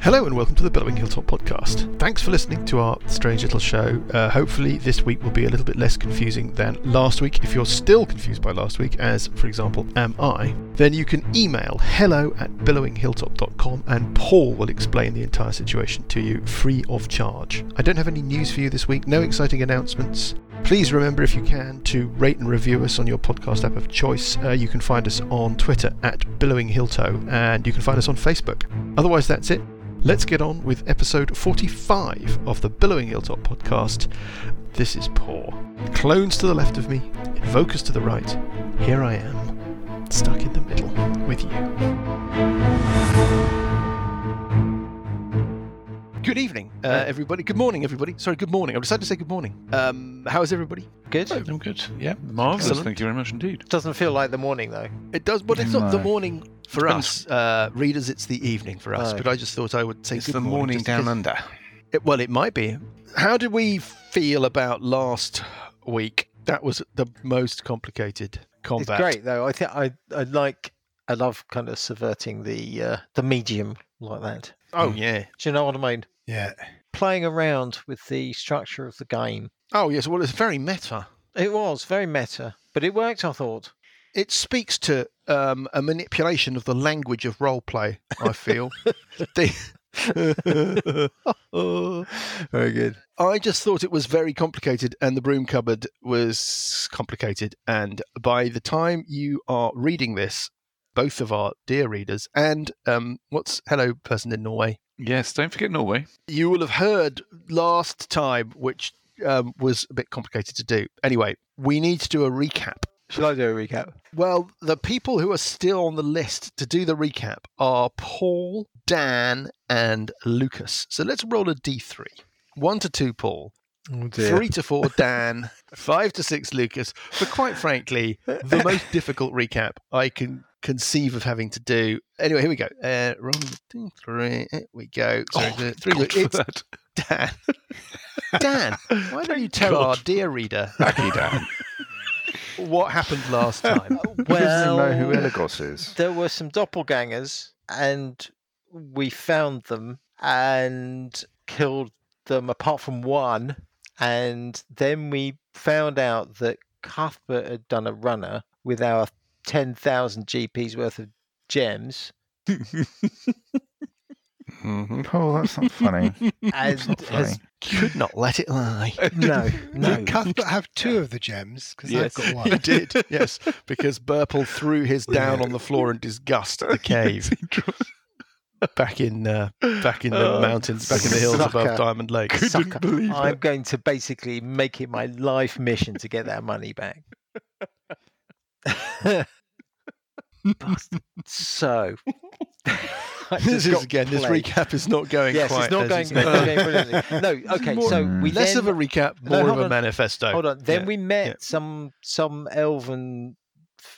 Hello and welcome to the Billowing Hilltop podcast. Thanks for listening to our strange little show. Uh, hopefully, this week will be a little bit less confusing than last week. If you're still confused by last week, as for example, am I, then you can email hello at billowinghilltop.com and Paul will explain the entire situation to you free of charge. I don't have any news for you this week, no exciting announcements. Please remember, if you can, to rate and review us on your podcast app of choice. Uh, you can find us on Twitter at Billowing Hilltoe, and you can find us on Facebook. Otherwise, that's it. Let's get on with episode 45 of the Billowing Hilltop podcast. This is poor. Clones to the left of me, invokers to the right. Here I am, stuck in the middle with you. Good evening, uh, everybody. Good morning, everybody. Sorry, good morning. I've decided to say good morning. Um, how is everybody? Oh, Good. I'm good. Yeah, marvelous. Excellent. Thank you very much indeed. Doesn't feel like the morning though. It does, but it's not the No. morning for us Depends. uh, readers. It's the evening for us. Oh. But I just thought I would say It's good the morning, morning just down because- under. It, well, it might be. How did we feel about last week? That was the most complicated combat. It's great though. I think I I like I love kind of subverting the uh, the medium like that. Oh yeah. Do you know what I mean? Yeah. Playing around with the structure of the game. Oh yes. Well, it's very meta. It was very meta, but it worked. I thought. It speaks to um, a manipulation of the language of role play. I feel. The- Very good. I just thought it was very complicated, and the broom cupboard was complicated. And by the time you are reading this, both of our dear readers and um, what's hello person in Norway, Yes, don't forget Norway. you will have heard last time, which um, was a bit complicated to do. Anyway, we need to do a recap. Shall I do a recap? Well, the people who are still on the list to do the recap are Paul, Dan, and Lucas. So let's roll a d3. One to two, Paul. Oh Three to four, Dan. Five to six, Lucas. But quite frankly, the most difficult recap I can conceive of having to do. Anyway, here we go. Uh, roll the d three. Here we go. So Oh, the three. God, Look, for it's that. Dan. Dan, why don't you tell our dear reader Lucky Dan. what happened last time? Well, Doesn't know who Elagos is. there were some doppelgangers and we found them and killed them apart from one and then we found out that cuthbert had done a runner with our 10,000 gps worth of gems Mhm. Oh, that's not funny. and That's not funny. has Could not let it lie. no no Did Cuthbert have two of the gems? Because Yes. I've got He one. did, yes, because Burple threw his down on the floor in disgust at the cave back in uh, back in the Oh, mountains, back in the hills above sucker. Diamond Lake. Couldn't Sucker. believe i'm it. going to basically make it my life mission to get that money back Bastard. so I this just is got again. This played. recap is not going yes, quite. it's not as going, expected. not going brilliantly. No, okay, more- so we Less then, of a recap, No, more of hold a on. manifesto. hold on. Then yeah, we met yeah. some some elven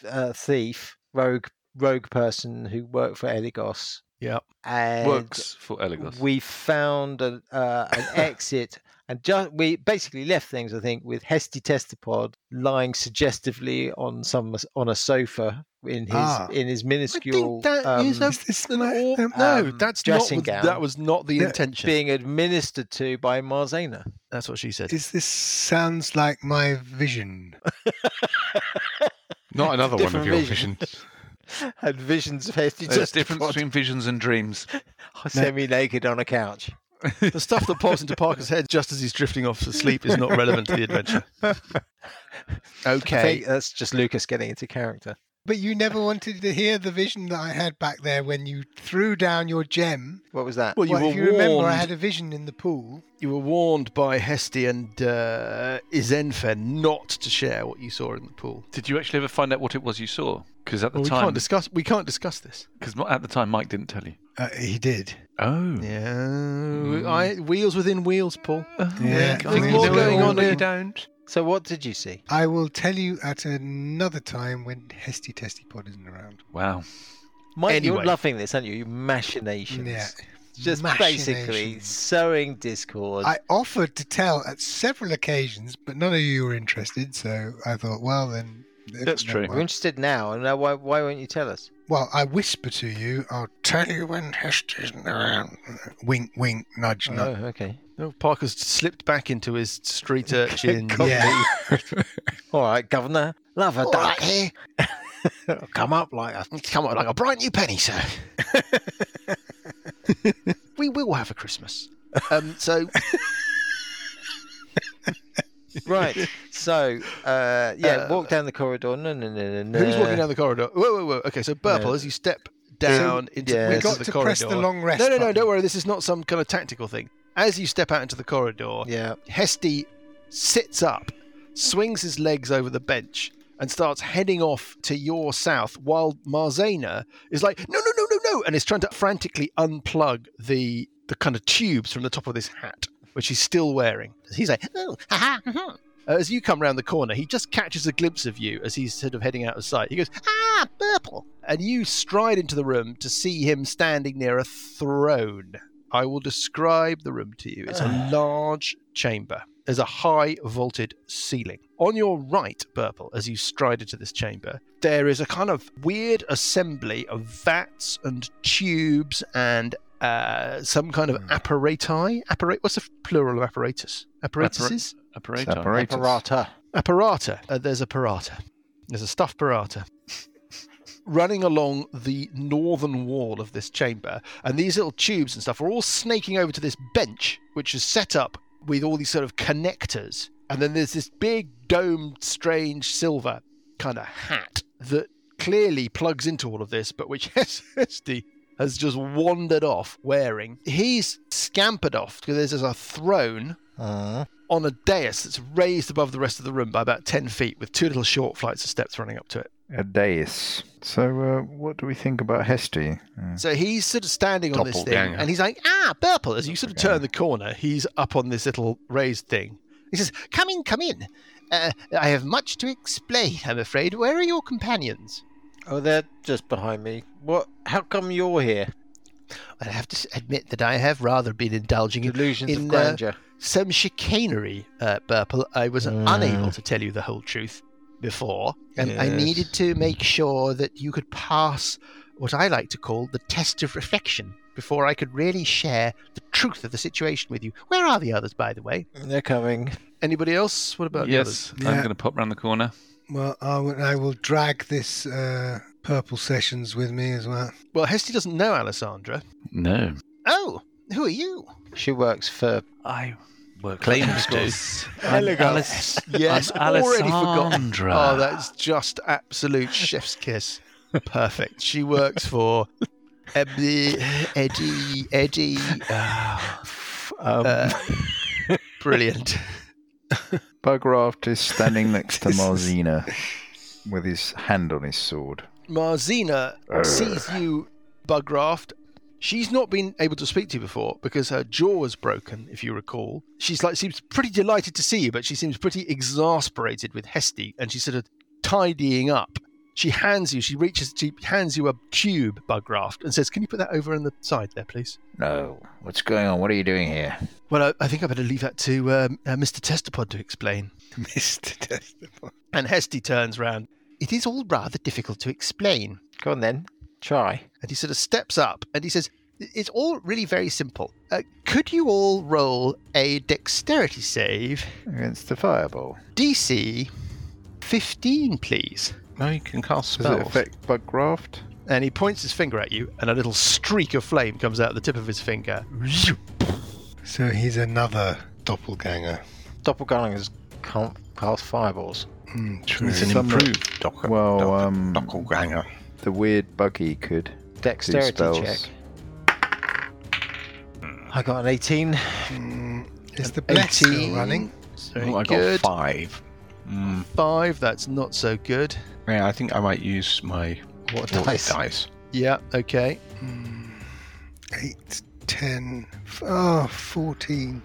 uh, thief, rogue rogue person who worked for Eligos. Yeah. and Works for Elagos. we found a, uh, an exit. And just, we basically left things, I think, with Hesty Testapod lying suggestively on some on a sofa in his Ah. in his I minuscule think that is um, a- no, um, no, um, that's not. dressing what- gown. That was not the Yeah. intention. being administered to by Marzana. That's what she said. Is this sounds like my vision? Not another one of different your vision. visions. had visions of Hesty There's a just difference between visions and dreams. semi naked on a couch. the stuff that pops into Parker's head just as he's drifting off to sleep is not relevant to the adventure. I Okay. think that's just Lucas getting into character. But you never wanted to hear the vision that I had back there when you threw down your gem. What was that? Well, you Well, were if you remember, I warned- had a vision in the pool. you were warned by Hesty and uh, Izenfen not to share what you saw in the pool. Did you actually ever find out what it was you saw? Because at the Well, we time, can't discuss. We can't discuss this. because at the time Mike didn't tell you. Uh, he did. Oh. Yeah, Mm. I, wheels within wheels, Paul. Yeah, Oh, There's I more know going all on and you the- don't. So, what did you see? I will tell you at another time when Hesty Testy Pod isn't around. Wow. Mike, Anyway. you're loving this, aren't you? You machinations. Yeah. Just basically Machinations. sowing discord. I offered to tell at several occasions, but none of you were interested. So I thought, well, then. That's true. We're interested now, and now uh, why, why won't you tell us? Well, I whisper to you, I'll tell you when Hester isn't around. Wink, wink, nudge, nudge. Oh, okay. No, Parker's slipped back into his street urchin. yeah. All right, Governor. Love a duck. here. come up like a come up like a bright new penny, sir. we will have a Christmas. Um, so Right. So, uh, yeah, Uh, walk down the corridor. No, no, no, no, no. Who's walking down the corridor? Whoa, whoa, whoa. Okay, so Burple, No. as you step down into yeah. the We middle Yes, of got the to corridor. press the long rest. no, no, no, button. don't worry. This is not some kind of tactical thing. As you step out into the corridor, Yeah. Hesty sits up, swings his legs over the bench, and starts heading off to your south while Marzana is like, no, no, no, no, no, and is trying to frantically unplug the the kind of tubes from the top of this hat, which he's still wearing. He's like, mm-hmm." oh, ha ha. Uh, as you come round the corner, he just catches a glimpse of you as he's sort of heading out of sight. He goes, ah, purple. and you stride into the room to see him standing near a throne. I will describe the room to you. It's a large chamber. There's a high vaulted ceiling. On your right, Burple, as you stride into this chamber, there is a kind of weird assembly of vats and tubes and uh, some kind of apparati. Apparat- what's the plural of apparatus? Apparatuses? Operator. Apparatus. Parata. Apparata. Uh, there's a parata. There's a stuffed parata. Running along the northern wall of this chamber, and these little tubes and stuff are all snaking over to this bench, which is set up with all these sort of connectors. And then there's this big domed, strange silver kind of hat that clearly plugs into all of this, but which SSD has just wandered off wearing. He's scampered off because there's just a throne Uh, on a dais that's raised above the rest of the room by about 10 feet with two little short flights of steps running up to it. A dais. So, uh, what do we think about Hesty? Uh, So he's sort of standing on this thing Doppelganger. and he's like, ah, Burple. As you sort of turn the corner, he's up on this little raised thing. He says, "Come in, come in. Uh, I have much to explain. I'm afraid. Where are your companions?" oh, they're just behind me. What? How come you're here? I have to s- admit that I have rather been indulging in Delusions in, of uh, grandeur. some chicanery, uh, Burple. I was Ah. Mm. unable to tell you the whole truth before, and I Yes. needed to make sure that you could pass what I like to call the test of reflection before I could really share the truth of the situation with you. Where are the others, by the way? They're coming. Anybody else? What about the others? Yes, I'm Yeah. going to pop round the corner. Well, I will, I will drag this uh, purple sessions with me as well. Well, Hesty doesn't know Alessandra. No. Oh, who are you? She works for. I work Claims claims to. to. Yes, yes, already forgotten. Alessandra. Oh, that's just absolute chef's kiss. Perfect. She works for Eddie, Eddie, Eddie. Ah, Um, uh, brilliant. Bugraft is standing next to Marzina with his hand on his sword. Marzina Arr. sees you, Bugraft. She's not been able to speak to you before because her jaw was broken, if you recall. She's like seems pretty delighted to see you, but she seems pretty exasperated with Hesty, and she's sort of tidying up. She hands you, she reaches, she hands you a tube, Bugraft, and says, "Can you put that over on the side there, please?" No. What's going on? What are you doing here? Well, I, I think I better leave that to um, uh, Mr. Testapod to explain. Mr. Testable. And Hesty turns round It is all rather difficult to explain. Go on then. Try. and he sort of steps up and he says, "It's all really very simple. Uh, could you all roll a dexterity save, Against the fireball. DC 15, please?" No, you can cast Does it affect Bugraft? and he points his finger at you, and a little streak of flame comes out the tip of his finger. So he's another doppelganger. Doppelgangers can't cast fireballs. Mm, true. It's an Some- improved docker. well, docker, um, doppelganger. The weird buggy could do Dexterity spells. check. I got an 18. Mm, is the bless still 18. running? Very Oh, I got good. five. Mm, Five. That's not so good. yeah, I think I might use my What water dice? dice. Yeah. Okay. Mm, 8, 10, f- oh, 14.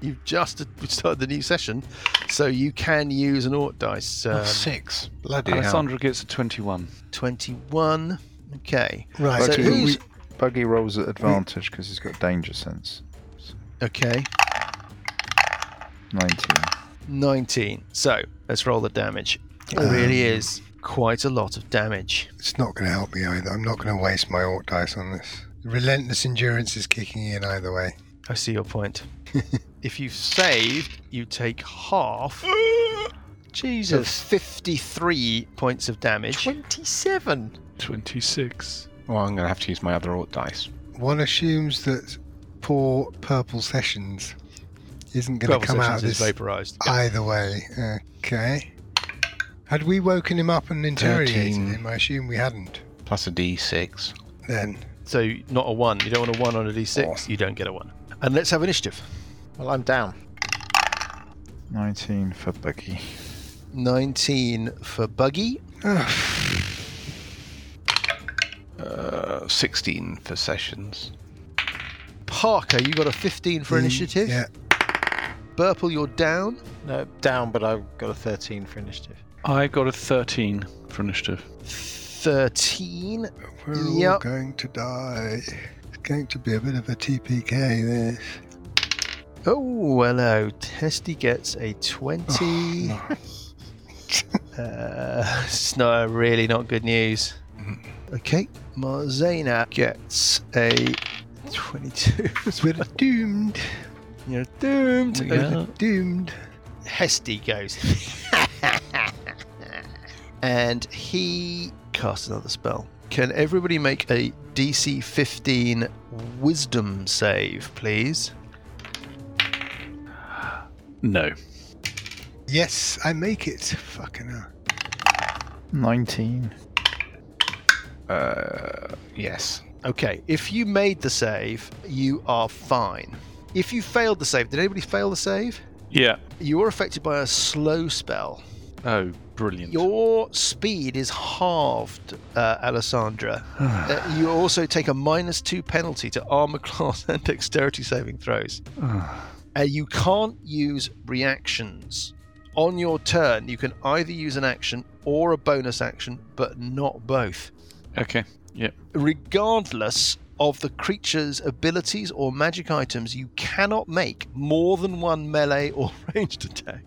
You've just started the new session, so you can use an Ort dice. Oh, Um, six. Bloody hell. Alessandra gets a 21. Twenty-one. Okay. Right, So Buggy, who's- buggy rolls at advantage because he's got danger sense. Okay. 19. Um, Nineteen. So let's roll the damage. It really is quite a lot of damage. It's not going to help me either. I'm not going to waste my orc dice on this. Relentless endurance is kicking in either way. I see your point. if you've saved, you take half. Jesus. 53 points of damage. 27. 26. Well, I'm going to have to use my other alt dice. One assumes that poor Purple Sessions isn't going to Twelve come out of sessions is this vaporized. either way. Okay. Had we woken him up and interrogated Thirteen. him? I assume we hadn't. Plus a d6. Then So not a one. You don't want a one on a d6. You don't get a one. And let's have initiative. Well, I'm down. 19 for Buggy. 19 for Buggy. Uh, 16 for sessions. Parker, you got a 15 for initiative. Mm, yeah, Burple, you're down. No, down, but I've got a 13 for initiative. I got a 13 for initiative. 13. we're all Yep. going to die. It's going to be a bit of a TPK there. Oh, hello. Testy gets a 20. Oh, uh, it's not really not good news. Okay. Marzana gets a 22. We're doomed. You're doomed. Yeah. Doomed. Hesty goes. and he casts another spell. Can everybody make a DC 15 wisdom save, please? No. Yes, I make it. Fucking hell. 19. Uh, yes. Okay, if you made the save, you are fine. If you failed the save, did anybody fail the save? Yeah. You are affected by a slow spell. Oh, brilliant. Your speed is halved, uh, Alessandra. uh, you also take a minus two penalty to armor class and dexterity saving throws. uh, you can't use reactions. On your turn, you can either use an action or a bonus action, but not both. Okay. Yeah. Regardless of the creature's abilities or magic items, you cannot make more than one melee or ranged attack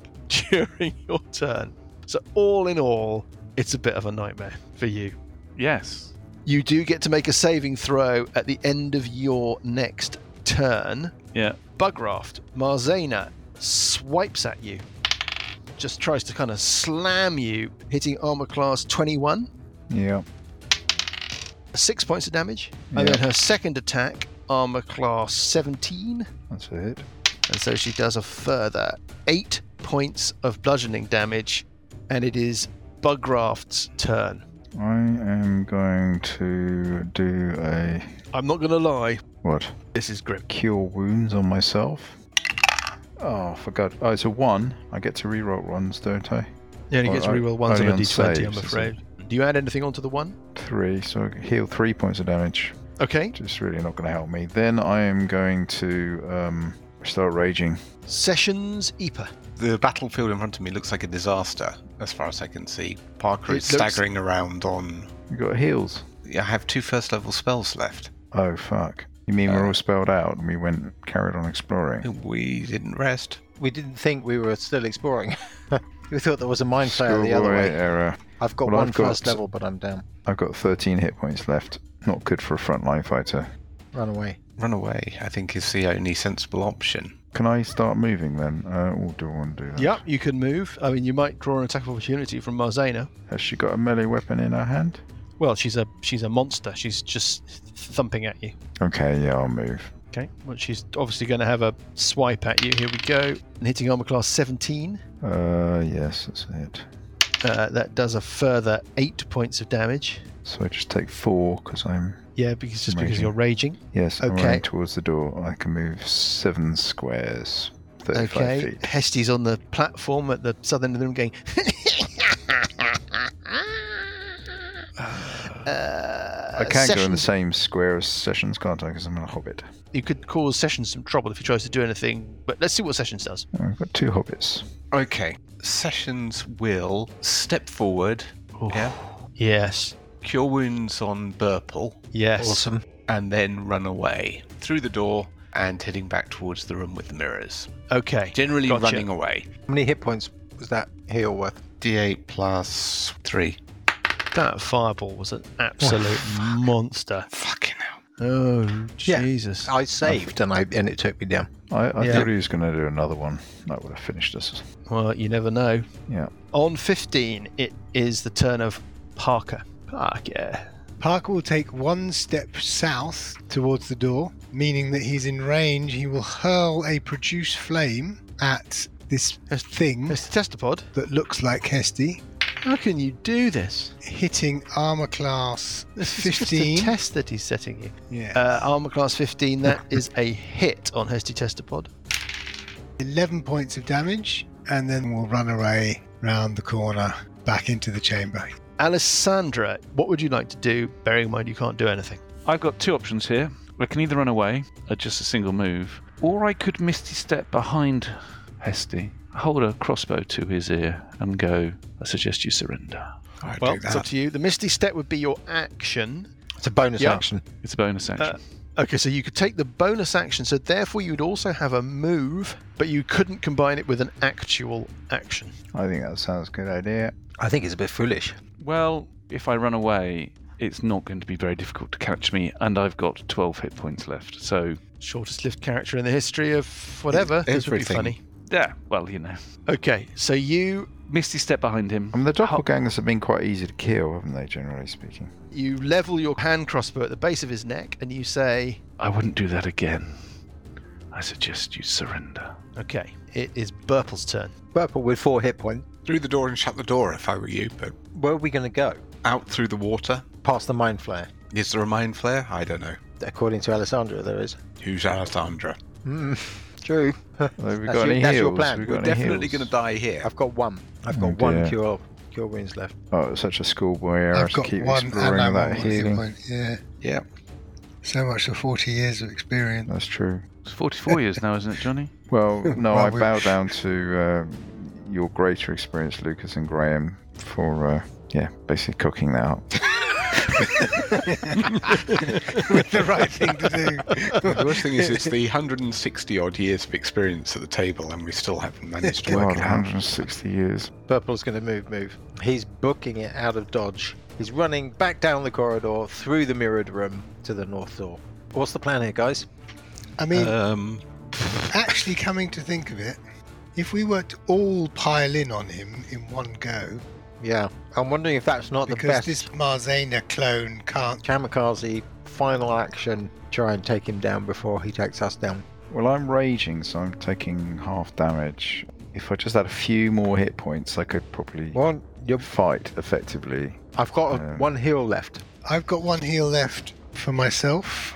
during your turn. So, all in all, it's a bit of a nightmare for you. Yes. You do get to make a saving throw at the end of your next turn. Yeah. Bugraft, Marzana swipes at you. Just tries to kind of slam you, hitting armor class 21, Yeah. six points of damage. Yeah. And then her second attack, armor class 17. That's a hit. And so she does a further eight points of bludgeoning damage. And it is Bugraft's turn. I am going to do a. I'm not going to lie, What? this is grim. Cure wounds on myself. Oh, for God. Oh, it's a one. I get to reroll ones, don't I? You only Well, gets I- reroll ones on only a on d20, I'm saves, is afraid. Do you add anything onto the one? Three. So I heal three points of damage. Okay. Just really not going to help me. Then I am going to um, start raging. Sessions Epa. The battlefield in front of me looks like a disaster, as far as I can see. Parker It is looks- staggering around on. You got heals. I have two first level spells left. Oh, fuck. You mean we're Uh, all spelled out and we went carried on exploring? We didn't rest. We didn't think we were still exploring. we thought there was a mine flare the other Schoolboy way. error. I've got Well, one I've first got- level, but I'm down. I've got 13 hit points left. Not good for a frontline fighter. Run away. Run away, I think, is the only sensible option. Can I start moving then? Uh, or do I want to do that? Yep, you can move. I mean, you might draw an attack of opportunity from Marzana. Has she got a melee weapon in her hand? Well, she's a she's a monster. She's just thumping at you. Okay, yeah, I'll move. Okay. Well, she's obviously going to have a swipe at you. Here we go. And hitting armor class 17. Uh, yes, that's it. Uh, that does a further eight points of damage. So I just take four because I'm. Yeah, because just because Amazing. you're raging. Yes, I'm Okay. running towards the door. I can move seven squares, 35 Okay. feet. Hesty's on the platform at the southern end of the room going. Uh, I can go in the Sessions- same square as Sessions, can't I? Because I'm a hobbit. you could cause Sessions some trouble if he tries to do anything. But let's see what Sessions does. Oh, I've got two hobbits. Okay. Sessions will step forward. Yeah. Yes. Cure wounds on Burple. Yes. Awesome. and then run away through the door and heading back towards the room with the mirrors. Okay. Generally Gotcha. running away. How many hit points was that heal worth? D8 plus 3. That fireball was an absolute monster. Fucking hell. Oh, Yeah. Uh, Jesus. I saved and I and it took me down. I, I Yeah. thought he was going to do another one. That would have finished us. Well, you never know. Yeah. On 15, it is the turn of Parker. Parker. Parker will take one step south towards the door, meaning that he's in range. He will hurl a produce flame at this thing Mr. Testapod, that looks like Hesty, how can you do this? hitting armor class This is just a 15. test that he's setting you. Yeah. Uh, armor class 15, that is a hit on Hesty Testapod. 11 points of damage, and then we'll run away round the corner back into the chamber. Alessandra, what would you like to do, bearing in mind you can't do anything? I've got two options here. I can either run away at just a single move, or I could misty step behind Hesty, hold a crossbow to his ear, and go, I suggest you surrender. I'd Well, do it's up that. to you. The Misty Step would be your action. It's a bonus Yeah. action. It's a bonus action. Uh, Okay, so you could take the bonus action, so therefore you would also have a move, but you couldn't combine it with an actual action. I think that sounds a good idea. I think it's a bit foolish. well, if I run away, it's not going to be very difficult to catch me, and I've got 12 hit points left. So, Shortest lived character in the history of whatever. This would be everything. funny. yeah, well, you know. Okay, so you Misty step behind him. I mean, the doppelgangers have been quite easy to kill, haven't they, generally speaking? you level your hand crossbow at the base of his neck, and you say, I wouldn't do that again. I suggest you surrender. "Okay, it is Burple's turn." Purple with four hit points. Through the door and shut the door if I were you, but Where are we going to go? out through the water. Past the mind flare. Is there a mind flare? I don't know. According to Alessandra, there is. Who's Uh, Alessandra? Mm, true. Have we That's got your- any that's your heals? plan. We've We're got any Definitely heals? going to die here. I've got one. I've got Oh, one dear. cure cure wounds left. Oh, it's such a schoolboy error I've to got keep one and exploring I'm without on one hit healing. point. Yeah. Yeah. So much for 40 years of experience. That's true. It's 44 years now, isn't it, Johnny? Well, no, Well, I we- bow down to um your greater experience, Lucas and Graham, for uh, yeah, basically cooking that up. With the right thing to do. the worst thing is, it's the 160 odd years of experience at the table, and we still haven't managed to God, work it out. 160 years. Purple's going to move, move. He's booking it out of dodge. He's running back down the corridor, through the mirrored room, to the north door. What's the plan here, guys? I mean, Um, actually, coming to think of it, if we were to all pile in on him in one go, Yeah, I'm wondering if that's not the because best. this Marzana clone can't. Kamikaze final action. Try and take him down before he takes us down. Well, I'm raging, so I'm taking half damage. If I just had a few more hit points, I could probably One, you fight effectively. I've got a, Um, one heel left. I've got one heal left for myself,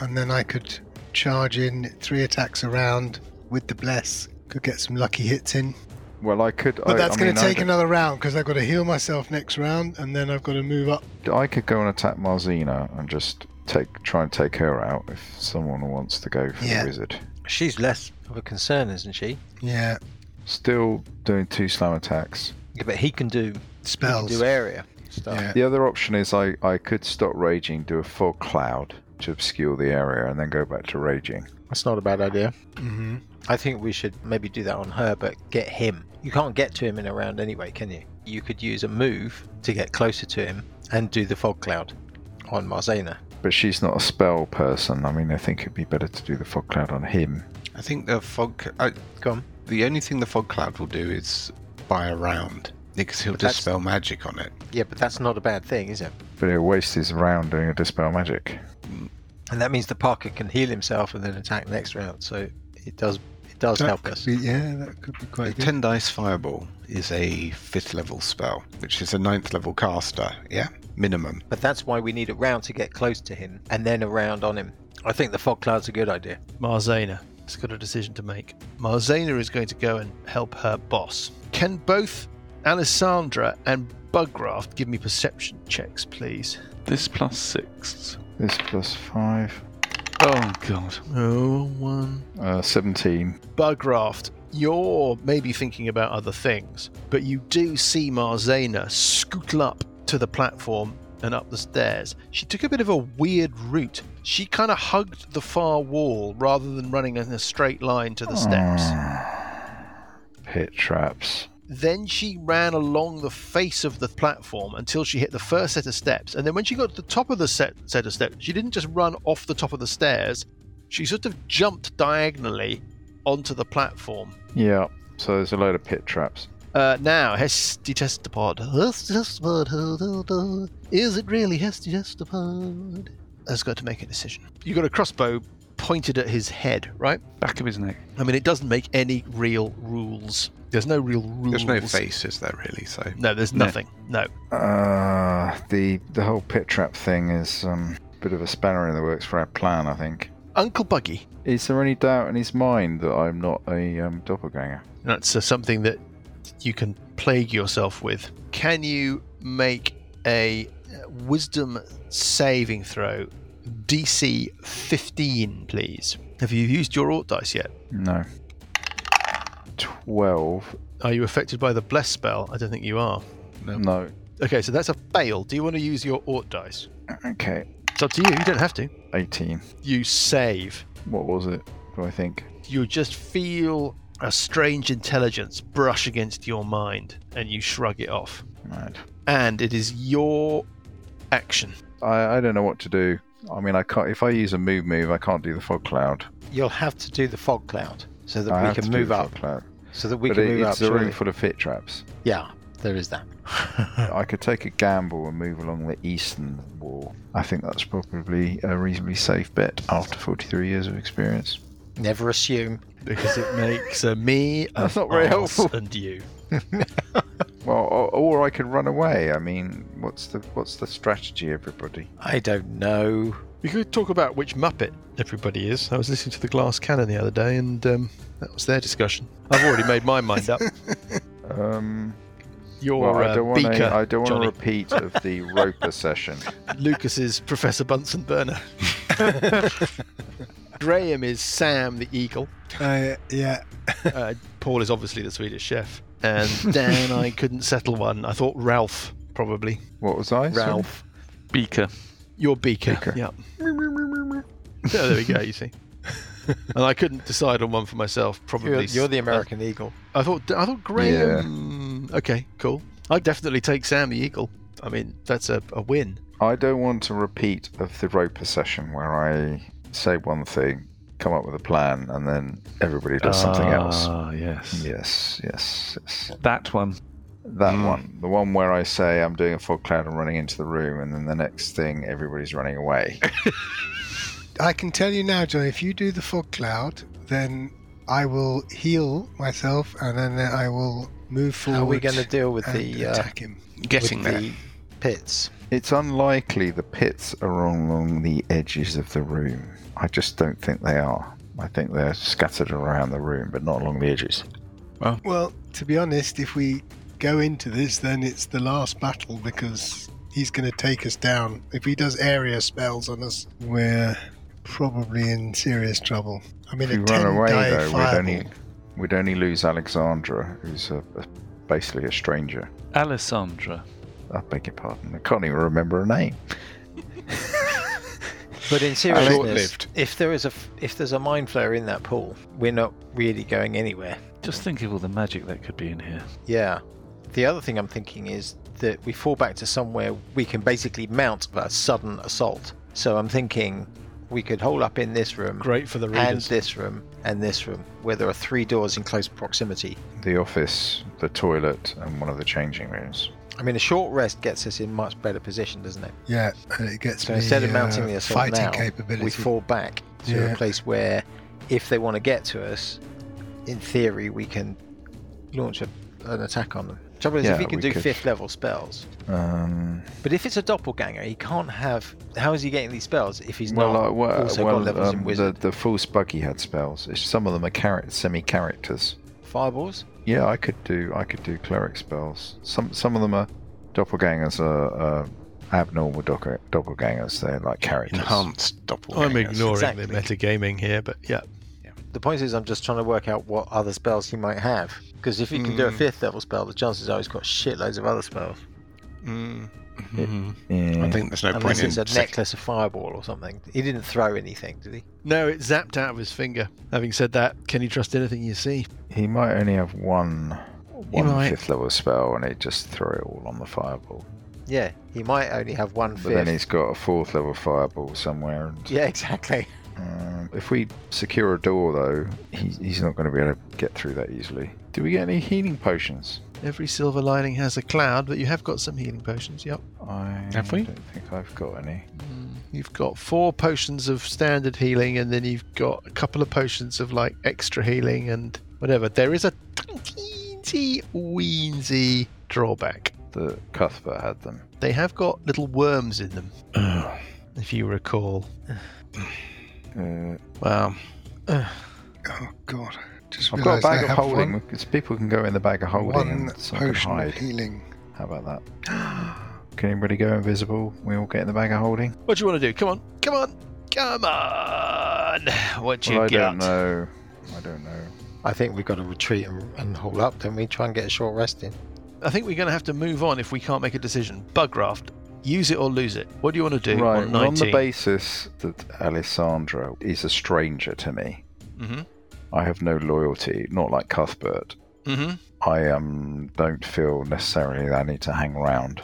and then I could charge in three attacks around with the bless. Could get some lucky hits in, Well, I could. but I, that's Oh, I going mean, to take I'd- another round because I've got to heal myself next round, and then I've got to move up. I could go and attack Marzina and just take try and take her out if someone wants to go for Yeah. the wizard. She's less of a concern, isn't she? Yeah, Still doing two slam attacks. Yeah, but he can do he can spells. do area stuff. Yeah. The other option is I, I could stop raging, do a fog cloud to obscure the area, and then go back to raging. That's not a bad idea. hmm Mm-hmm. I think we should maybe do that on her, but get him. You can't get to him in a round anyway, can you? You could use a move to get closer to him and do the fog cloud on Marzana. But she's not a spell person. I mean, I think it'd be better to do the fog cloud on him. I think the fog. I, Go on. the only thing the fog cloud will do is buy a round because he'll But that's- dispel magic on it. Yeah, but that's not a bad thing, is it? But he'll waste his round doing a dispel magic. And that means the Parker can heal himself and then attack next round. So it does it does help us. yeah, that could be The quite Mhm. good. ten dice fireball is a fifth level spell, which is a ninth level caster. Yeah, minimum. But that's why we need a round to get close to him and then a round on him. I think the fog cloud's a good idea. Marzana has got a decision to make. Marzana is going to go and help her boss. Can both Alessandra and Bugraft give me perception checks, please? This plus six. This plus five, Oh, God. Oh, one. uh, 17. Bugraft, you're maybe thinking about other things, but you do see Marzana scootle up to the platform and up the stairs. She took a bit of a weird route. She kind of hugged the far wall rather than running in a straight line to the steps. Pit traps. Then she ran along the face of the platform until she hit the first set of steps. And then when she got to the top of the set, set of steps, she didn't just run off the top of the stairs. She sort of jumped diagonally onto the platform. Yeah. So there's a load of pit traps. Uh, now, Hesty Testapod. Hesty Testapod. Is it really Hesty Testapod? Has got to make a decision. You got a crossbow pointed at his head, right? Back of his neck. I mean, it doesn't make any real rules. There's no real rules. There's no face, is there really? So No, there's No. nothing. No. Uh, the the whole pit trap thing is um, a bit of a spanner in the works for our plan, I think. Uncle Buggy. Is there any doubt in his mind that I'm not a um, doppelganger? That's uh, something that you can plague yourself with. Can you make a uh, wisdom saving throw? DC 15, please. Have you used your Ought dice yet? No. Twelve. Are you affected by the Bless spell? I don't think you are. No. Okay, so that's a fail. Do you want to use your Ought dice? Okay. It's up to you. You don't have to. Eighteen. You save. What was it? Do I think? you just feel a strange intelligence brush against your mind and you shrug it off. Right. And it is your action. I, I don't know what to do. I mean, I can't. If I use a move move, I can't do the fog cloud. You'll have to do the fog cloud so that I we have can to do move the up. Fog cloud. So that we but can it- move up. it's a room surely. full of pit traps. Yeah, there is that. I could take a gamble and move along the eastern wall. I think that's probably a reasonably safe bet after 43 years of experience. Never assume. Because it makes a me That's of not very us helpful. and you. Well, or, or I could run away. I mean, what's the what's the strategy, everybody? I don't know. We could talk about which Muppet everybody is. I was listening to the Glass Cannon the other day and um, that was their discussion. I've already made my mind up. Um, Your well, I don't uh, want beaker, to. I don't want Johnny. a repeat of the Roper session. Lucas's Professor Bunsen Burner. Graham is Sam the Eagle. Uh, yeah. Uh, Paul is obviously the Swedish chef, and Dan I couldn't settle one. I thought Ralph probably. What was I? sorry? Ralph, Beaker. your beaker. Yeah. Yeah, there we go. You see. and I couldn't decide on one for myself. Probably. You're, s- you're the American eagle. I thought. I thought Graham. Okay, cool. I definitely take Sam the Eagle. I mean, that's a, a win. I don't want a repeat of the Roper session where I say one thing, come up with a plan, and then everybody does something else. Ah, yes. Yes, yes, yes. That one. That one. The one where I say I'm doing a fog cloud and running into the room, and then the next thing everybody's running away. I can tell you now, John, if you do the fog cloud, then I will heal myself and then I will move forward. How are we going to deal with and the uh, attack him? getting with there. the pits? it's unlikely the pits are along the edges of the room. I just don't think they are. I think they're scattered around the room, but not along the edges. Well, to be honest, if we go into this, then it's the last battle because he's going to take us down. If he does area spells on us, we're probably in serious trouble. I mean, If you a run ten away, die though, we'd fireball. only, we'd only lose Alexandra, who's a, a, basically a stranger. Alessandra. I beg your pardon. I can't even remember her name. But in seriousness, Short-lived. if there is a f- if there's a mind flare in that pool, we're not really going anywhere. Just think of all the magic that could be in here. Yeah. The other thing I'm thinking is that we fall back to somewhere we can basically mount a sudden assault. So I'm thinking we could hole up in this room Great for the and readers. this room and this room, where there are three doors in close proximity. The office, the toilet, and one of the changing rooms. I mean, a short rest gets us in much better position, doesn't it? Yeah, and it gets So me, instead of mounting uh, the assault fighting now, capability. we fall back to Yeah. a place where, if they want to get to us, in theory we can launch a, an attack on them. Trouble is, Yeah, if he can we do could. fifth level spells, Um, But if it's a doppelganger, he can't have. How is he getting these spells if he's well, not uh, well, also well, got levels um, in the- wizard? The, full Spuggy had spells. It's, some of them are charac- semi-characters. Fireballs? Yeah, I could do I could do cleric spells. Some some of them are doppelgangers are uh, abnormal doc- doppelgangers. They're like characters. Enhanced doppelgangers. I'm ignoring Exactly. the metagaming here, but yeah. The point is, I'm just trying to work out what other spells he might have. Because if he can do Hmm. a fifth level spell, the chances are he's got shitloads of other spells. Mm. Mhm. Yeah. I think there's no Unless point in it's a sec- necklace of fireball or something. He didn't throw anything, did he? No, it zapped out of his finger. Having said that, can you trust anything you see? he might only have one one might- fifth level spell and it just throw it all on the fireball. Yeah, he might only have one But then fifth. he's got a fourth level fireball somewhere. And, Yeah, exactly. um, if we secure a door, though, he, he's not going to be able to get through that easily. Do we get any healing potions? Every silver lining has a cloud, but you have got some healing potions. Yep. I Have we? don't think I've got any. You've got four potions of standard healing, and then you've got a couple of potions of like extra healing and whatever. There is a teensy weensy drawback. The Cuthbert had them. They have got little worms in them, Oh. Ugh. if you recall. Uh, Well, Oh God! Just I've got a realised I bag of have holding. One, because people can go in the bag of holding one and so I can potion of hide. healing. How about that? Can anybody go invisible? We all get in the bag of holding. What do you want to do? Come on, come on, come on! What do Well, I you got? don't know. I don't know. I think we've got to retreat and, and haul up, don't we? Try and get a short rest in. I think we're going to have to move on if we can't make a decision. Bugraft, use it or lose it. What do you want to do Right, on well, on 19? the basis that Alessandra is a stranger to me, Mhm. I have no loyalty. Not like Cuthbert. Mhm. I um don't feel necessarily that I need to hang around.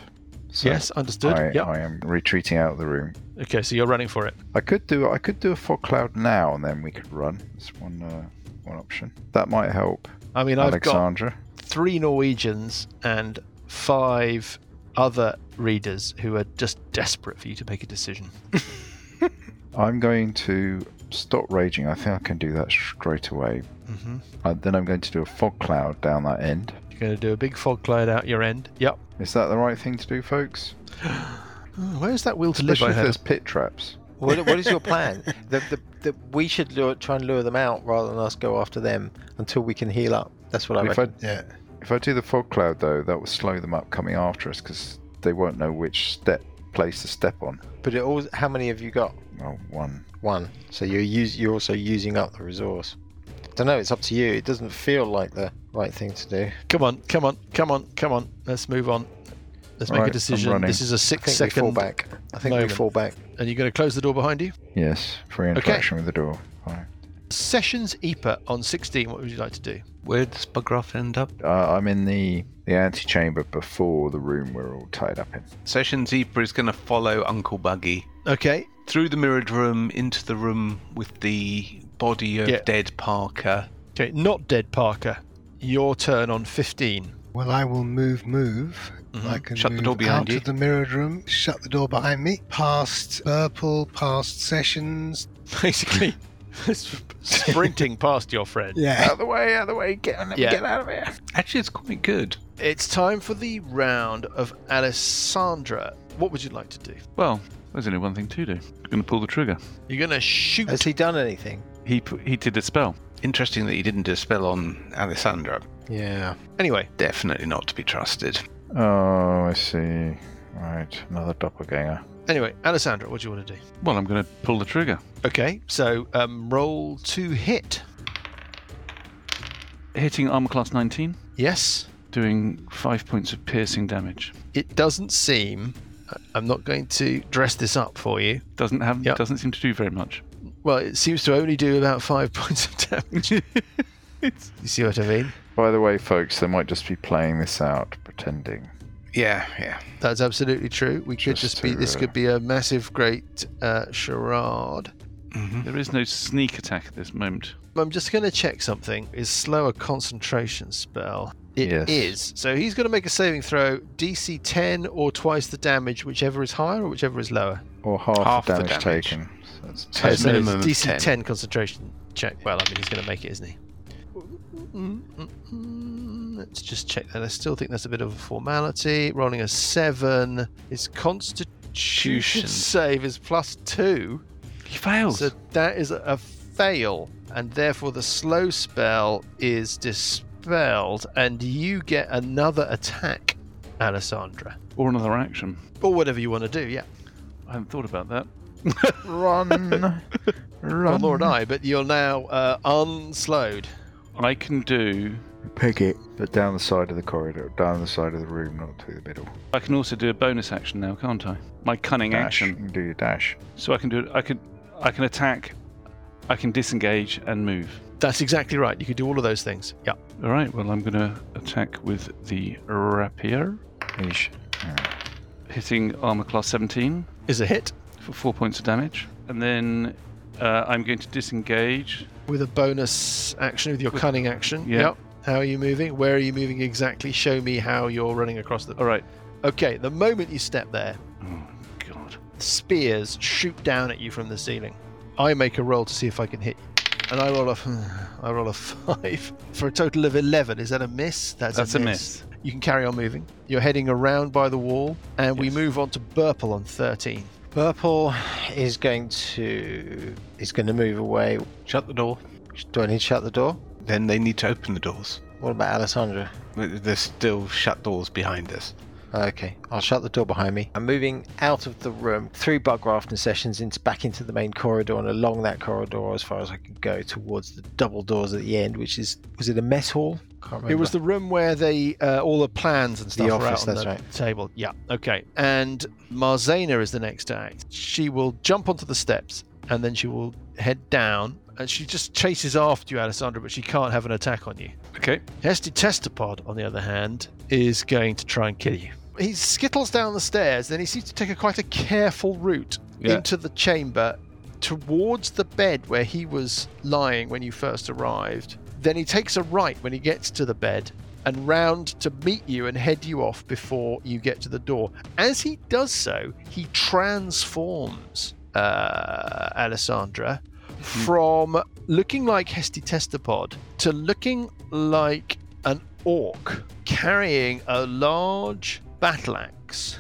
So Yes, understood. I, yep. I am retreating out of the room. Okay, so you're running for it. I could do I could do a fog cloud now, and then we could run. That's one uh, one option. That might help. I mean, I've got Alexandra. three Norwegians and five other readers who are just desperate for you to make a decision. I'm going to stop raging. I think I can do that straight away. Mm-hmm. Uh, then I'm going to do a fog cloud down that end. You're going to do a big fog cloud out your end. Yep. Is that the right thing to do, folks? Oh, where's that will to live Especially I if had? there's pit traps. What, what is your plan? the, the, the, we should lure, try and lure them out rather than us go after them until we can heal up. That's what I If I reckon. Yeah. if I do the fog cloud though, that will slow them up coming after us because they won't know which step place to step on. But it always, how many have you got? Well, one. One. So you're use, you're also using up the resource. Don't know. It's up to you. It doesn't feel like the right thing to do. Come on, come on, come on, come on. Let's move on. Let's make a Right, I'm decision. running. This is a I six think second. we fall back. I think moment. we fall back. And you're going to close the door behind you? Yes, free interaction with the door. Fine. Sessions EPA on 16. What would you like to do? Where does Bugroff end up? Uh, I'm in the the antechamber before the room we're all tied up in. Session Zebra is going to follow Uncle Buggy Okay. through the mirrored room into the room with the body of Yeah. dead Parker. Okay. Not dead, Parker. Your turn on 15. Well, I will move, move. Mhm. I can Shut the move door out behind you. of Mm-hmm. the mirrored room. Shut the door behind me. Past Purple, past Sessions. Basically, sprinting past your friend. Yeah. of the way, out of the way, get, on, Yeah. out of here. Actually, it's quite good. It's time for the round of Alessandra. What would you like to do? Well, there's only one thing to do. I'm going to pull the trigger. You're going to shoot. Has he done anything? He pu- he did a spell. Interesting that he didn't dispel on Alessandra. Yeah. Anyway, Definitely not to be trusted. Oh, I see. Right, another doppelganger. anyway, Alessandra, what do you want to do? Well, I'm going to pull the trigger. Okay, so um, roll to hit. Hitting armor class 19, Yes. doing five points of piercing damage. It doesn't seem. I- I'm not going to dress this up for you. Doesn't have Yep. doesn't seem to do very much. Well, it seems to only do about five points of damage. you see what I mean? By the way, folks, they might just be playing this out, pretending. Yeah, yeah. That's absolutely true. We could Just just be. to, This uh, could be a massive, great uh, charade. There is no sneak attack at this moment. I'm just going to check something. Is slow a concentration spell? It is. Yes. So he's going to make a saving throw, DC 10 or twice the damage, whichever is higher or whichever is lower. Or half, Half the the damage, damage. taken. So that's So it's so it's minimum of DC 10. 10. concentration check. Well, I mean, he's going to make it, isn't he? Mm, mm, mm. Let's just check that. I still think that's a bit of a formality. Rolling a 7. His constitution Constitution. save is plus 2. He fails. So that is a fail, and therefore the slow spell is dispelled, and you get another attack, Alessandra. or another action. Or whatever you want to do, yeah. I hadn't thought about that. run, run. Well, nor and I, but you're now uh, unslowed. I can do. Peg it. But down the side of the corridor, down the side of the room, not through the middle. I can also do a bonus action now, can't I? My cunning Dash. action. You can do your dash. So I can do. I can. I can attack I can disengage and move. That's exactly right. You could do all of those things. Yeah. All right, well, I'm going to attack with the rapier, Ish. hitting armor class 17 Is a hit for four points of damage. And then uh, I'm going to disengage. with a bonus action with your cunning action. Yeah. Yep. How are you moving? Where are you moving exactly? Show me how you're running across the. All right. Okay. The moment you step there, Oh, God. spears shoot down at you from the ceiling. I make a roll to see if I can hit you. And I roll a, f- I roll a five for a total of eleven. Is that a miss? That's a You can carry on moving. You're heading around by the wall, and we Yes. move on to Burple on thirteen. Purple is going to is going to move away. Shut the door. Do I need to shut the door? Then they need to open the doors. What about Alessandra? There's still shut doors behind us. Okay, I'll shut the door behind me. I'm moving out of the room through bug rafting sessions into back into the main corridor and along that corridor as far as I can go towards the double doors at the end, which is was it a mess hall? Can't remember. It was the room where they uh, all the plans and stuff office, are out on that's the right. table. Yeah. Okay. And Marzana is the next act. She will jump onto the steps and then she will head down. And she just chases after you, Alessandra, but she can't have an attack on you. Okay. Hesty Testapod, on the other hand, is going to try and kill you. He skittles down the stairs, then he seems to take a quite a careful route Yeah. into the chamber towards the bed where he was lying when you first arrived. Then he takes a right when he gets to the bed and round to meet you and head you off before you get to the door. As he does so, he transforms uh, Alessandra from looking like Hesty Testapod to looking like an orc carrying a large battle axe,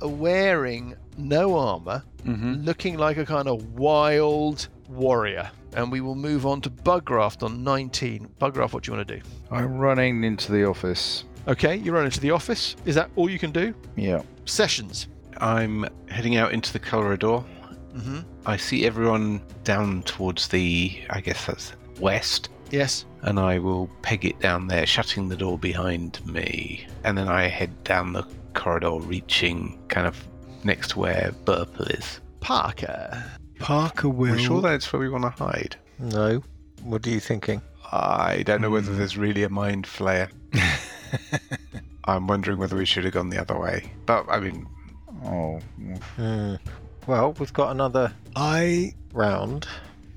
wearing no armor, hmm looking like a kind of wild warrior. And we will move on to Bugraft on 19. Bugraft, what do you want to do? I'm running into the office. Okay, you run into the office. Is that all you can do? Yeah. Sessions. I'm heading out into the corridor. Mm-hmm. I see everyone down towards the, I guess that's west, Yes. and I will peg it down there, shutting the door behind me. And then I head down the corridor, reaching kind of next to where Burple is. Parker. Parker will. We're sure that's where we want to hide. no. What are you thinking? I don't know whether there's really a mind flare. I'm wondering whether we should have gone the other way. But I mean, Oh, Hmm. Well, we've got another I round.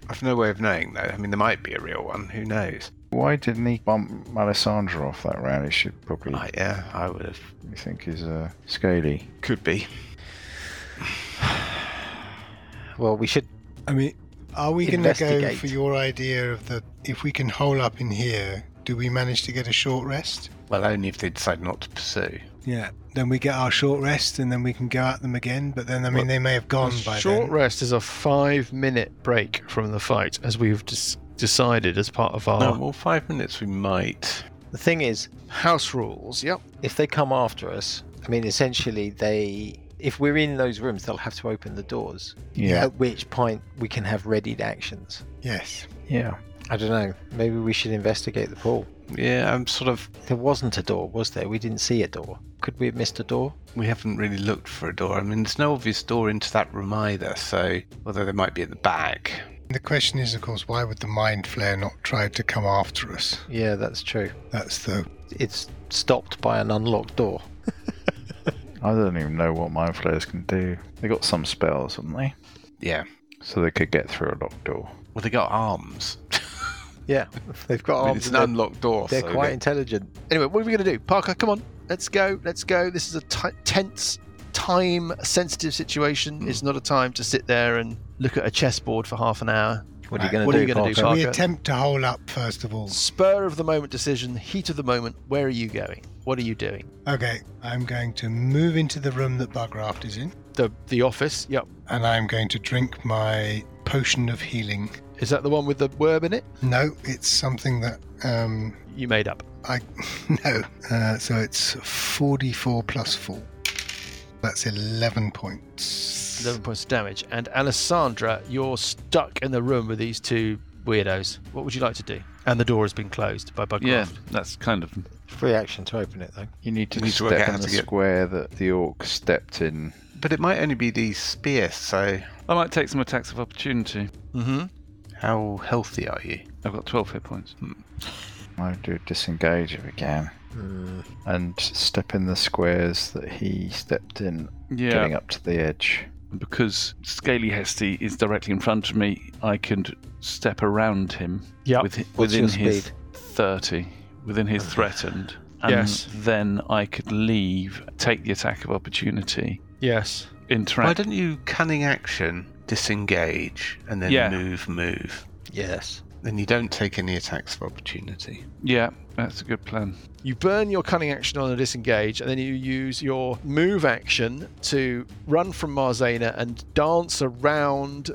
I've no way of knowing though. I mean, there might be a real one. Who knows? why didn't he bump Alessandra off that round? He should probably. I, yeah, I would have. You think he's uh, scaly? Could be. Well, we should. I mean, are we going to go Investigate. for your idea of the if we can hole up in here? Do we manage to get a short rest? Well, only if they decide not to pursue. Yeah. Then we get our short rest, and then we can go at them again. But then, I mean, Well, they may have gone by Short then. rest is a five minute break from the fight, as we've dis- decided as part of our No, well, five minutes we might. The thing is, house rules. Yep. if they come after us, I mean, essentially, they if we're in those rooms, they'll have to open the doors. Yeah. At which point we can have readied actions. yes. Yeah. I don't know. Maybe we should investigate the pool. Yeah, I'm sort of. There wasn't a door, was there? We didn't see a door. Could we have missed a door? We haven't really looked for a door. I mean, there's no obvious door into that room either. So, although there might be at the back. The question is, of course, why would the mind flare not try to come after us? Yeah, that's true. That's the It's stopped by an unlocked door. I don't even know what mind flayers can do. They got some spells, haven't they? Yeah. So they could get through a locked door. Well, they got arms. Yeah, they've got I mean, it's arms. an and unlocked door. they're, so they're quite intelligent. Anyway, what are we going to do? Parker, come on. Let's go. Let's go. This is a ti tense, time sensitive situation. It's not a time to sit there and look at a chessboard for half an hour. What are you Right, going what to are do, you gonna do, Parker? Parker? we attempt to hole up first of all. Spur of the moment decision, heat of the moment. Where are you going? What are you doing? Okay, I'm going to move into the room that Bugraft is in, The the office. Yep. and I'm going to drink my potion of healing. Is that the one with the worm in it? No, it's something that um, You made up. I no. Uh, so it's 44 plus four. That's 11 points. Eleven points of damage. And Alessandra, you're stuck in the room with these two weirdos. What would you like to do? And the door has been closed by Bugcraft. Yeah, that's kind of. Free action to open it, though. You need to You need to work step out how in the to get- square that the orc stepped in. But it might only be these spears. So, I might take some attacks of opportunity. Mm-hmm. How healthy are you? I've got 12 hit points. I do disengage if I can Hmm. and step in the squares that he stepped in, Yeah. getting up to the edge. Because Scaly Hesty is directly in front of me, I can step around him Yep. with, What's your within his speed? 30, within his threatened. And Yes. then I could leave, take the attack of opportunity, Yes. Why interact. don't you cunning action, disengage, and then Yeah. move, move? Yes. Then you don't take any attacks of opportunity. Yeah, that's a good plan. You burn your cunning action on a disengage, and then you use your move action to run from Marzana and dance around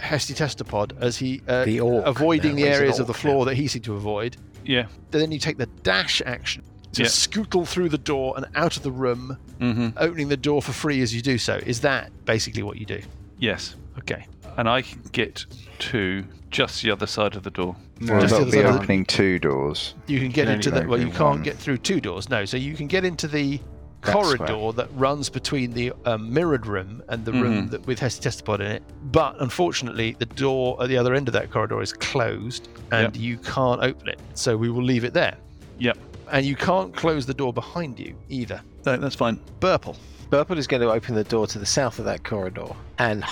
Hesty Testapod as he uh, The orc. avoiding No, the he's an areas of the orc floor that he seemed to avoid. Yeah. Then you take the dash action to Yeah. scootle through the door and out of the room, hmm opening the door for free as you do so. Is that basically what you do? Yes. Okay. And I can get to just the other side of the door. well, Just that'll the be other side of the- opening two doors. You can get Can into only the well. go You in can't one. get through two doors. No. So you can get into the That corridor square. that runs between the um, mirrored room and the room Mhm. that with Hesty Testapod in it. But unfortunately, the door at the other end of that corridor is closed, and you can't open it. So we will leave it there. Yep. And you can't close the door behind you either. No, that's fine. Burple. Burple is going to open the door to the south of that corridor. And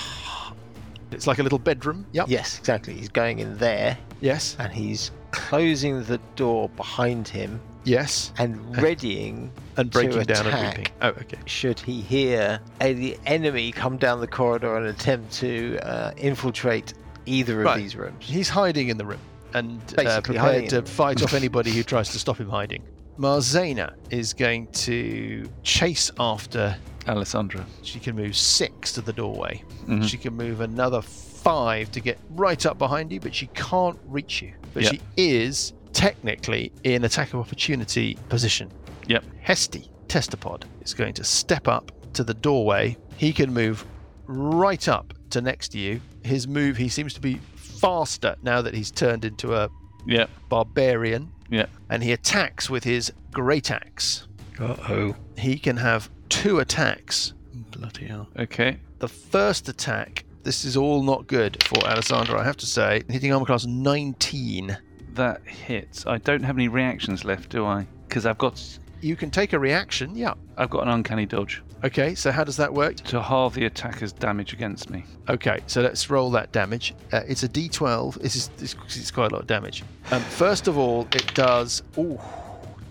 It's like a little bedroom. Yep. yes, exactly. He's going in there Yes. and he's closing the door behind him Yes. and readying And breaking To down and attack. weeping. Oh, okay. should he hear any enemy come down the corridor and attempt to uh, infiltrate either of Right. these rooms. He's hiding in the room and uh, Basically hiding prepared in to the room. fight off anybody who tries to stop him hiding. Marzana is going to chase after. Alessandra. She can move six to the doorway. Mhm. She can move another five to get right up behind you, but she can't reach you. But Yep. she is technically in attack of opportunity position. Yep. Hesty Testapod is going to step up to the doorway. He can move right up to next to you. His move, he seems to be faster now that he's turned into a Yeah. barbarian. Yeah. And he attacks with his great axe. Uh oh. He can have two attacks. Bloody hell. Okay. The first attack, this is all not good for Alessandra, I have to say. Hitting armor class 19. That hits. I don't have any reactions left, do I? Because I've got You can take a reaction, yeah. I've got an uncanny dodge Okay, so how does that work? to halve the attacker's damage against me. Okay, so let's roll that damage. Uh, it's a d12. This is this, it's quite a lot of damage. Um, first of all, it does ooh,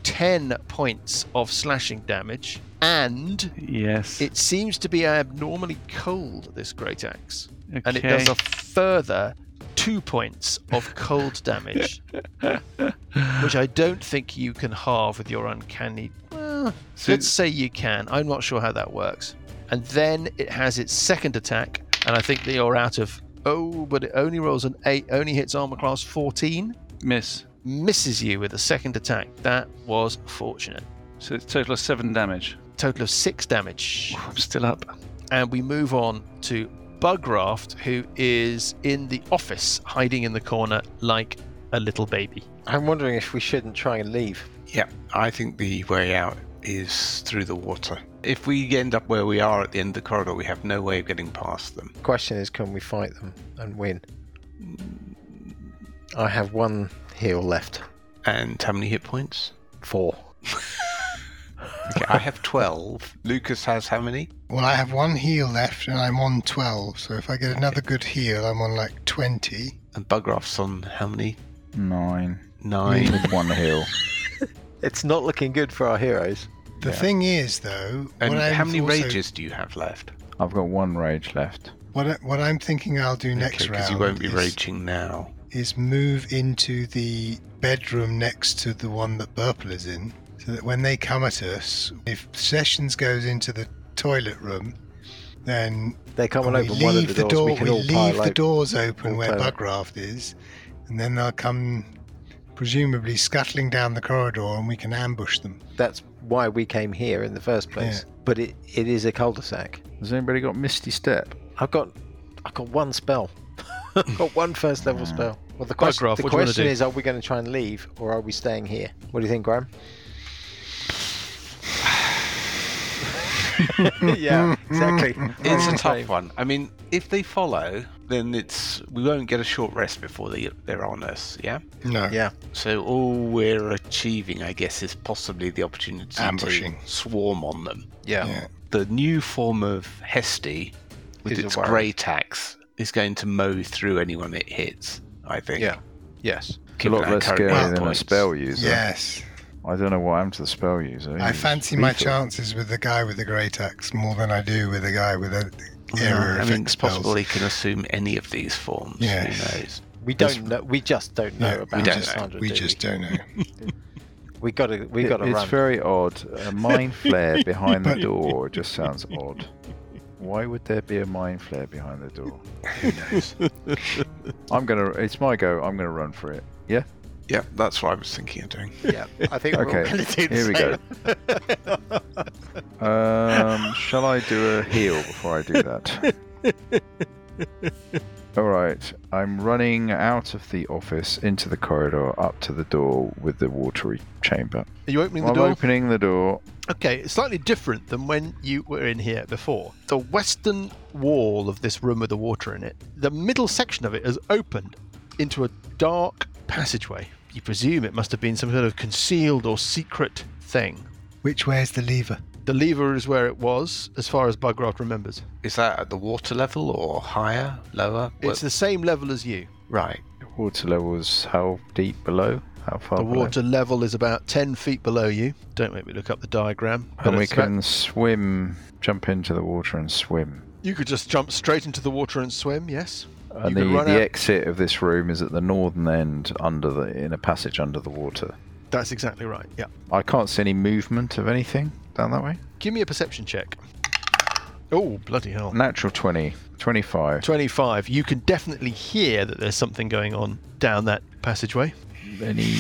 10 points of slashing damage, and Yes. it seems to be abnormally cold, this great axe. okay. And it does a further two points of cold damage, which I don't think you can halve with your uncanny. Well, So- let's say you can. I'm not sure how that works. And then it has its second attack, and I think that you're out of. Oh, but it only rolls an eight, only hits armor class 14, miss. misses you with a second attack. That was fortunate. So it's total of seven damage. Total of six damage. I'm still up. and we move on to Bugraft, who is in the office, hiding in the corner like a little baby. I'm wondering if we shouldn't try and leave. Yeah, I think the way out is through the water. If we end up where we are at the end of the corridor, we have no way of getting past them. Question is, can we fight them and win? I have one heal left. And how many hit points? Four. Okay, I have 12. Lucas has how many? Well, I have one heal left and I'm on 12, so if I get another good heal, I'm on like 20. And Bugraff's on how many? Nine. Nine. With one heal. It's not looking good for our heroes. The Yeah. thing is, though, And what how I'm many also- rages do you have left? I've got one rage left. What, I, what I'm thinking I'll do next round Because you won't be is, raging now. is move into the bedroom next to the one that Burple is in, so that when they come at us, if Sessions goes into the toilet room, then They come and we open one of the leave the doors. we door. can We all pile leave the open. doors open all where pile up. Bugraft is, and then they'll come, presumably scuttling down the corridor, and we can ambush them. That's why we came here in the first place. But it, it is a cul-de-sac. Has anybody got Misty Step? I've got I've got one spell. I've got one first level spell. Well, the question, Graph, the what do you wanna question do? is, are we going to try and leave or are we staying here? What do you think, Graham? yeah, exactly. It's a tough one. I mean, if they follow, then it's we won't get a short rest before they, they're on us. Yeah. No. Yeah. So all we're achieving, I guess, is possibly the opportunity Ambushing. to swarm on them. Yeah. Yeah. The new form of Hesty, with Is a its worry. grey tax, is going to mow through anyone it hits. I think. Yeah. Yes. It's a Given lot our less current scary hit than a points. spell user. Yes. I don't know why I'm to the spell user. I He's fancy my lethal. chances with the guy with the grey tax more than I do with the guy with the area Mm, I effect mean, it's spells. possible he can assume any of these forms. Yes. Who knows? We This- don't know. We just don't know No, about we don't just, Alessandra, we do just don't know. We gotta. We It- gotta it's run. very odd. A mine flare behind the door just sounds odd. Why would there be a mine flare behind the door? Who knows? I'm gonna. It's my go. I'm gonna run for it. Yeah. Yeah, that's what I was thinking of doing. yeah. I think we're all Okay, gonna do the Here we go. same. Um, shall I do a heal before I do that? All right. I'm running out of the office into the corridor up to the door with the watery chamber. Are you opening the I'm door? opening the door. Okay, it's slightly different than when you were in here before. The western wall of this room with the water in it, the middle section of it has opened into a dark passageway. You presume it must have been some sort of concealed or secret thing. Which way is the lever? The lever is where it was, as far as Bugrot remembers. Is that at the water level or higher, lower? It's the same level as you. right. Water levels how deep below? How far The below? water level is about 10 feet below you. Don't make me look up the diagram. but and we it's about- can swim, jump into the water and swim. you could just jump straight into the water and swim, yes? And you Uh, the, could run the out. exit of this room is at the northern end, under the in a passage under the water. That's exactly right, yeah. I can't see any movement of anything down that way. Give me a perception check. Oh, bloody hell. Natural 20, 25. 25. You can definitely hear that there's something going on down that passageway. Any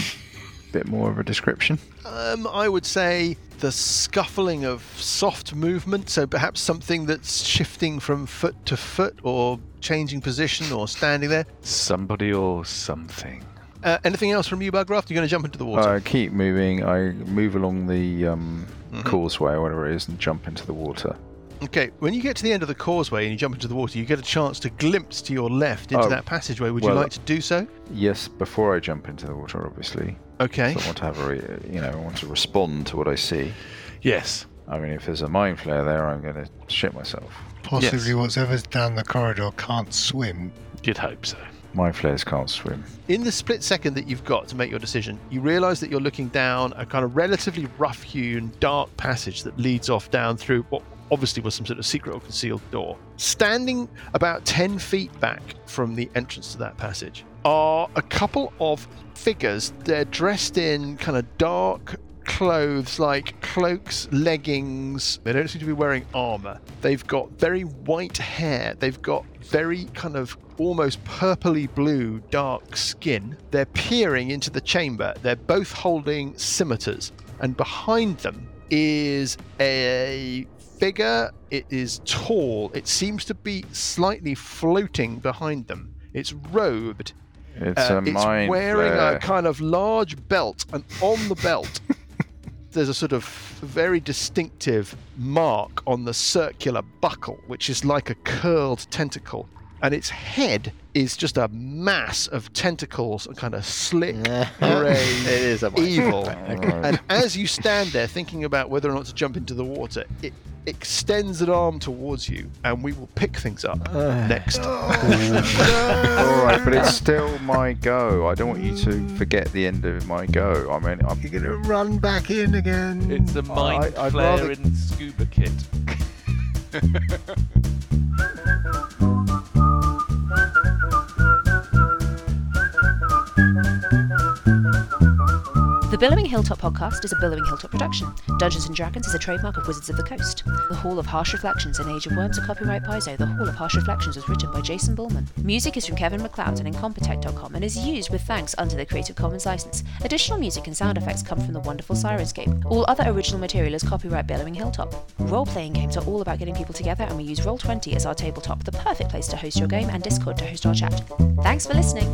bit more of a description? Um, I would say the scuffling of soft movement, so perhaps something that's shifting from foot to foot or changing position or standing there. Somebody or something. Uh, anything else from you, Bugraft? You're going to jump into the water. I Uh, keep moving. I move along the um, Mm-hmm. causeway or whatever it is and jump into the water. Okay, when you get to the end of the causeway and you jump into the water, you get a chance to glimpse to your left into Oh, that passageway. Would well- you like to do so? Yes, before I jump into the water, obviously. Okay. So I want to have a, re- you know, I want to respond to what I see. Yes. I mean, if there's a mine flare there, I'm going to shit myself. Possibly Yes. whatever's down the corridor can't swim. You'd hope so. Mine flares can't swim. In the split second that you've got to make your decision, you realize that you're looking down a kind of relatively rough hewn, dark passage that leads off down through what obviously was some sort of secret or concealed door. Standing about 10 feet back from the entrance to that passage are a couple of figures. They're dressed in kind of dark clothes like cloaks, leggings. They don't seem to be wearing armor. They've got very white hair. They've got very kind of almost purpley blue dark skin. They're peering into the chamber. They're both holding scimitars. And behind them is a figure. It is tall. It seems to be slightly floating behind them. It's robed It's uh, a mine wearing flare. a kind of large belt, and on the belt, there's a sort of very distinctive mark on the circular buckle, which is like a curled tentacle. And its head is just a mass of tentacles, a kind of slick, it grey, is a mic. evil. Alright. And as you stand there thinking about whether or not to jump into the water, it extends an arm towards you, and we will pick things up next. All right, but it's still my go. I don't want you to forget the end of my go. I mean, I'm You're gonna run back in again. It's a mind I- I'd flare rather- in scuba kit. The Billowing Hilltop podcast is a Billowing Hilltop production. Dungeons and Dragons is a trademark of Wizards of the Coast. The Hall of Harsh Reflections and Age of Worms are copyright Paizo. The Hall of Harsh Reflections was written by Jason Bullman. Music is from Kevin McLeod and Incompetech.com and is used with thanks under the Creative Commons license. Additional music and sound effects come from the wonderful Sirenscape. All other original material is copyright Billowing Hilltop. Role playing games are all about getting people together, and we use Roll20 as our tabletop, the perfect place to host your game, and Discord to host our chat. Thanks for listening.